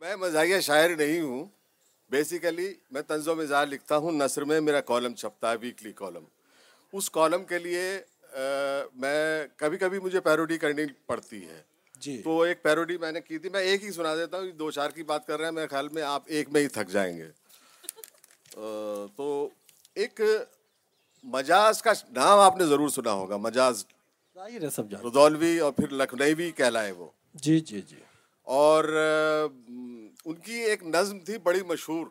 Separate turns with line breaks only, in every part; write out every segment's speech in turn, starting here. میں مزاحیہ شاعر نہیں ہوں بیسیکلی میں طنز و مزاح لکھتا ہوں نثر میں میرا کالم چھپتا ہے ویکلی کالم اس کالم کے لیے میں کبھی کبھی مجھے پیروڈی کرنی پڑتی ہے
جی
تو ایک پیروڈی میں نے کی تھی میں ایک ہی سنا دیتا ہوں دو چار کی بات کر رہے ہیں میرے خیال میں آپ ایک میں ہی تھک جائیں گے تو ایک مجاز کا نام آپ نے ضرور سنا ہوگا مجاز
ظاہر ہے سب جان
رودولوی اور پھر لکھنوی کہلائے وہ
جی جی جی
اور ان کی ایک نظم تھی بڑی مشہور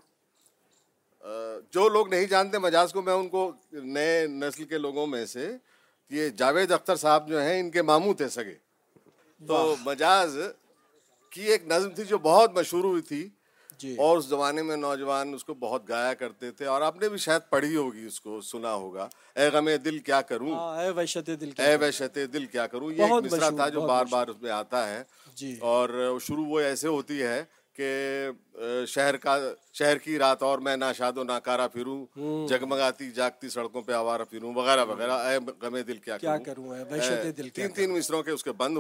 جو لوگ نہیں جانتے مجاز کو میں ان کو نئے نسل کے لوگوں میں سے یہ جاوید اختر صاحب جو ہیں ان کے ماموں تھے سگے تو مجاز کی ایک نظم تھی جو بہت مشہور ہوئی تھی
جی
اور اس زمانے میں نوجوان اس کو بہت گایا کرتے تھے اور آپ نے بھی شاید پڑھی ہوگی اس کو سنا ہوگا اے غم دل کیا کروں
ہاں اے وحشت دل کی
اے وحشت دل کیا کروں یہ ایک
بہت
مصرع
مشہور،
تھا جو
بہت
بار
مشہور۔
بار اس میں آتا ہے
جی
اور شروع وہ ایسے ہوتی ہے کہ شہر کا شہر کی رات اور میں ناشاد و ناکارہ پھروں جگمگاتی جاگتی سڑکوں پہ آوارہ پھروں وغیرہ وغیرہ اے غم دل کیا
کیا
کروں
کروں اے وحشت دل کیا
تین تین مصروں کے اس کے بند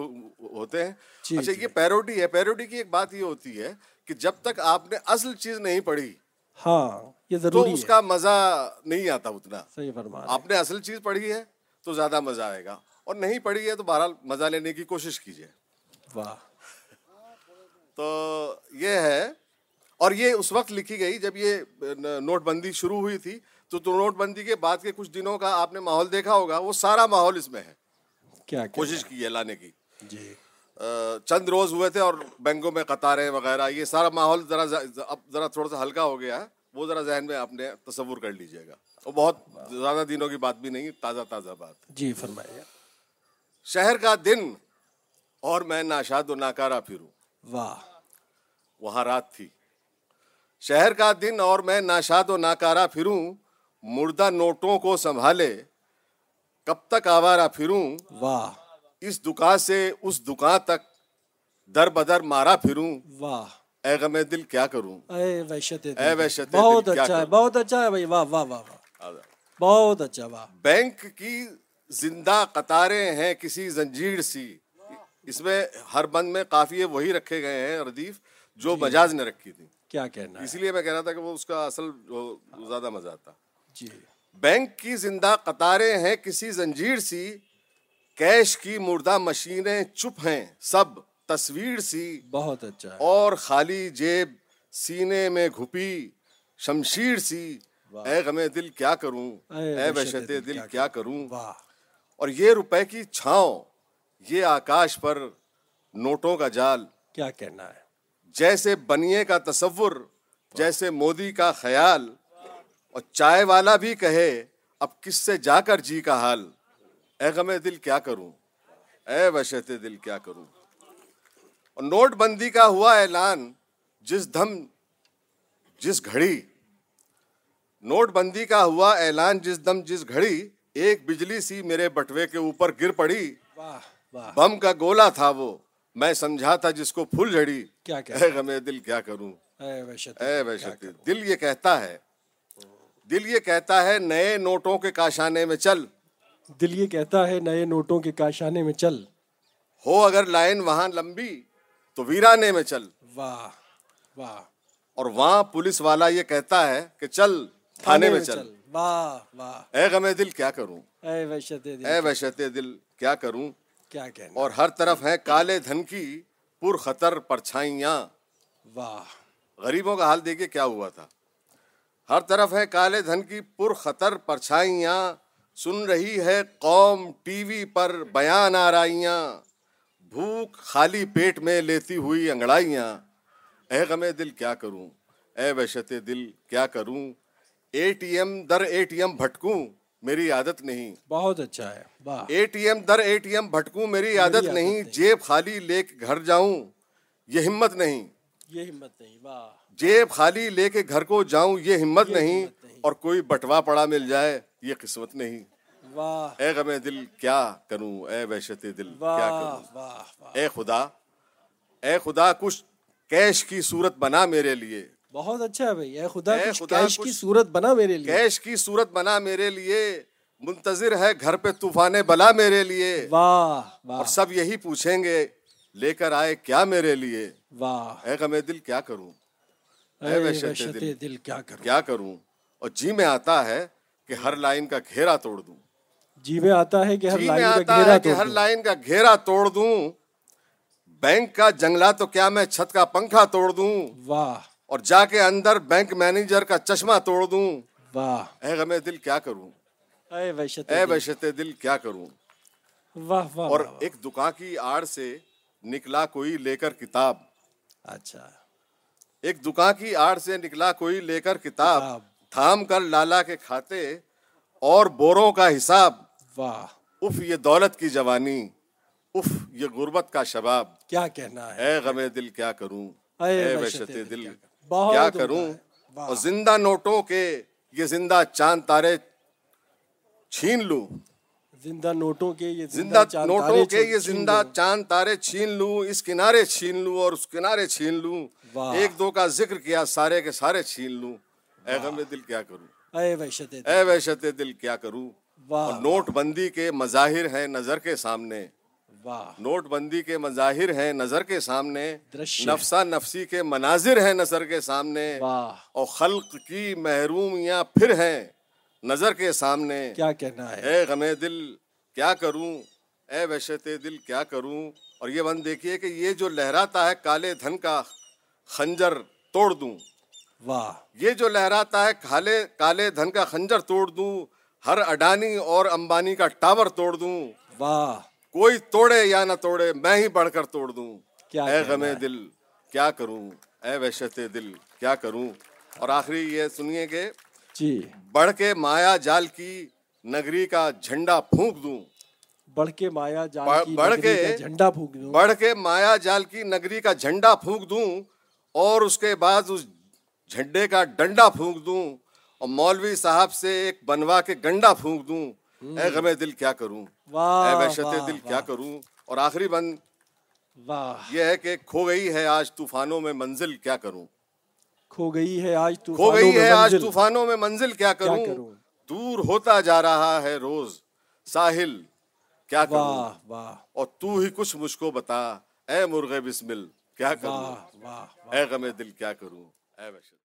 ہوتے ہیں
جی،
اچھا یہ پیروڈی ہے پیروڈی کی ایک بات یہ ہوتی ہے کہ جب تک آپ نے اصل چیز نہیں پڑھی
ہاں یہ
تو
ضروری
اس
ہے
کا مزہ نہیں آتا اتنا
صحیح فرما
آپ نے اصل چیز پڑھی ہے تو زیادہ مزہ آئے گا اور نہیں پڑھی ہے تو بہرحال مزہ لینے کی کوشش کیجیے
واہ
تو یہ ہے اور یہ اس وقت لکھی گئی جب یہ نوٹ بندی شروع ہوئی تھی تو تو نوٹ بندی کے بعد کے کچھ دنوں کا آپ نے ماحول دیکھا ہوگا وہ سارا ماحول اس میں ہے
کیا
کوشش کی ہے لانے کی
جی
چند روز ہوئے تھے اور بینکوں میں قطاریں وغیرہ یہ سارا ماحول ذرا اب ذرا تھوڑا سا ہلکا ہو گیا ہے وہ ذرا ذہن میں آپ نے تصور کر لیجیے گا اور بہت زیادہ دنوں کی بات بھی نہیں تازہ تازہ بات
جی فرمائیے
شہر کا دن اور میں ناشاد و ناکارہ پھروں
واہ
وہاں رات تھی شہر کا دن اور میں ناشاد و ناکارہ پھروں مردہ نوٹوں کو سنبھالے کب تک آوارہ پھروں
واہ
اس دکان سے اس دکان تک در بدر مارا پھروں
واہ
اے غم دل کیا کروں
اے وحشت دل
اے وحشت دل
بہت
کیا
اچھا ہے
کروں؟
بہت اچھا ہے بھائی واہ واہ واہ واہ بہت اچھا واہ
بینک کی زندہ قطاریں ہیں کسی زنجیر سی اس میں ہر بند میں قافیے وہی رکھے گئے ہیں ردیف جو مجاز نے رکھی تھی
کیا کہنا ہے
اسی لیے میں کہہ رہا تھا کہ وہ اس کا اصل جو زیادہ مزہ آتا
جی
بینک کی زندہ قطاریں ہیں کسی زنجیر سی کیش کی مردہ مشینیں چپ ہیں سب تصویر سی
بہت اچھا ہے
اور خالی جیب سینے میں گھپی شمشیر سی اے غم دل کیا کروں اے وحشت دل کیا کروں
واہ
اور یہ روپے کی چھاؤں یہ آکاش پر نوٹوں کا جال
کیا کہنا ہے
جیسے بنیے کا تصور جیسے مودی کا خیال اور چائے والا بھی کہے اب کس سے جا کر جی کا حال اے غم دل کیا کروں اے وشت دل کیا کروں اور نوٹ بندی کا ہوا اعلان جس دھم جس گھڑی نوٹ بندی کا ہوا اعلان جس دم جس گھڑی ایک بجلی سی میرے بٹوے کے اوپر گر پڑی
واہ واہ
بم کا گولا تھا وہ میں سمجھا تھا جس کو پھول جھڑی
کیا کہنا
اے غم دل کیا کروں
اے وحشت
اے وحشت دل یہ کہتا ہے دل یہ کہتا ہے نئے نوٹوں کے کاشانے میں چل
دل یہ کہتا ہے نئے نوٹوں کے کاشانے میں چل
ہو اگر لائن وہاں لمبی تو ویرانے میں چل
واہ واہ
اور وہاں پولیس والا یہ کہتا ہے کہ چل تھانے میں چل
واہ واہ
اے غم دل کیا کروں
اے وحشت دل
اے وحشت دل کیا کروں
کیا کہنا
اور ہر طرف ہیں کالے دھن کی پر خطر پرچھائیاں
واہ
غریبوں کا حال دیکھیے کیا ہوا تھا ہر طرف ہے کالے دھن کی پر خطر پرچھائیاں سن رہی ہے قوم ٹی وی پر بیان آرائیاں بھوک خالی پیٹ میں لیتی ہوئی انگڑائیاں اے غم دل کیا کروں اے وحشت دل کیا کروں اے ٹی ایم در اے ٹی ایم بھٹکوں میری عادت نہیں
بہت اچھا ہے واہ
اے ٹی ایم در اے ٹی ایم بھٹکوں میری عادت نہیں جیب خالی لے کے گھر جاؤں یہ ہمت نہیں
یہ ہمت نہیں واہ
جیب خالی لے کے گھر کو جاؤں یہ ہمت نہیں اور کوئی بٹوا پڑا مل جائے یہ قسمت نہیں
واہ
اے غم دل کیا کروں اے وحشت دل کیا
واہ
کروں
واہ واہ
اے خدا اے خدا کچھ کیش کی صورت بنا میرے لیے
بہت اچھا ہے بھائی اے خدا
اے
کچھ
خدا،
کیش
کچھ-
کی صورت بنا میرے لیے
کیش کی صورت بنا میرے لیے منتظر ہے گھر پہ طوفان بلا میرے لیے
واہ
اور
واہ
سب یہی پوچھیں گے لے کر آئے کیا میرے لیے
واہ
اے غم دل کیا کروں اے
اے
وحشت
وحشت
دل۔
دل کیا کروں
کیا کروں اور جی میں آتا ہے کہ ہر لائن کا گھیرا توڑ دوں
جی میں آتا ہے کہ ہر
جی میں
لائن
آتا
کا
ہے
گھیرا
کہ
توڑ
ہر
دوں
لائن کا گھیرا توڑ دوں بینک کا جنگلہ تو کیا میں چھت کا پنکھا توڑ دوں
واہ
اور جا کے اندر بینک مینیجر کا چشمہ توڑ دوں
واہ
اے غم دل کیا کروں
اے وحشت
اے
دل۔
وحشت دل کیا کروں
واہ واہ
اور
واہ۔
ایک دکان کی آڑ سے نکلا کوئی لے کر کتاب
اچھا
ایک دکان کی آڑ سے نکلا کوئی لے کر کتاب
کتاب۔
تھام کر لالا کے کھاتے اور بوروں کا حساب
واہ
اف یہ دولت کی جوانی اف یہ غربت کا شباب
کیا کہنا ہے
اے غم دل کیا کروں
اے
اے
وحشت
وحشت
دل
دل
کیا کروں؟ بہت
کیا
عمدہ
کروں
ہے، واہ۔
اور زندہ نوٹوں کے یہ زندہ چاند تارے چھین لوں
زندہ نوٹوں کے یہ
زندہ
چاند
نوٹوں
تارے
کے
چھو-
یہ
چھین
زندہ چاند تارے چھین لوں اس کنارے چھین لوں اور اس کنارے چھین لوں
واہ۔
ایک دو کا ذکر کیا سارے کے سارے چھین لوں اے غم دل کیا کروں
لو۔ اے وحشت دل۔
اے وحشت دل کیا کروں اور
واہ
نوٹ بندی کے مظاہر ہیں نظر کے سامنے
واہ
نوٹ بندی کے مظاہر ہیں نظر کے سامنے
درشیہ۔
نفسا نفسی کے مناظر ہیں نظر کے سامنے
واہ
اور خلق کی محرومیاں پھر ہیں نظر کے سامنے
کیا کہنا ہے
اے غم دل کیا کروں اے وحشت دل کیا کروں اور یہ بند دیکھیے کہ یہ جو لہراتا ہے کالے دھن کا خنجر توڑ دوں
واہ
یہ جو لہراتا ہے کالے کالے دھن کا خنجر توڑ دوں ہر اڈانی اور امبانی کا ٹاور توڑ دوں
واہ
کوئی توڑے یا نہ توڑے میں ہی بڑھ کر توڑ دوں
کیا
اے
کہنا
غم دل کیا کروں اے وحشت دل کیا کروں اور آخری یہ سنیے کہ
جی
بڑھ کے مایا جال کی نگری کا جھنڈا پھونک دوں
بڑھ کے مایا جان
بڑھ-
کی
بڑھ
نگری
کے-
کا جھنڈا پھونک دوں
بڑھ کے مایا جال کی نگری کا جھنڈا پھونک دوں اور اس کے بعد اس جھنڈے کا ڈنڈا پھونک دوں اور مولوی صاحب سے ایک بنوا کے گنڈا پھونک دوں اے غم دل کیا کروں اے
واہ
وحشت
واہ
دل کیا کروں اور آخری بند
واہ
یہ ہے کہ کھو گئی ہے آج طوفانوں میں منزل کیا کروں
کھو گئی ہے آج
کھو
طوفانوں
گئی
میں
ہے آج
منزل۔
طوفانوں میں منزل کیا کروں
کروں؟
دور ہوتا جا رہا ہے روز ساحل کیا کروں
واہ واہ
اور تو ہی کچھ مجھ کو بتا اے مرغ بسمل کیا کروں
واہ واہ
اے غم دل کیا کروں اے وحشت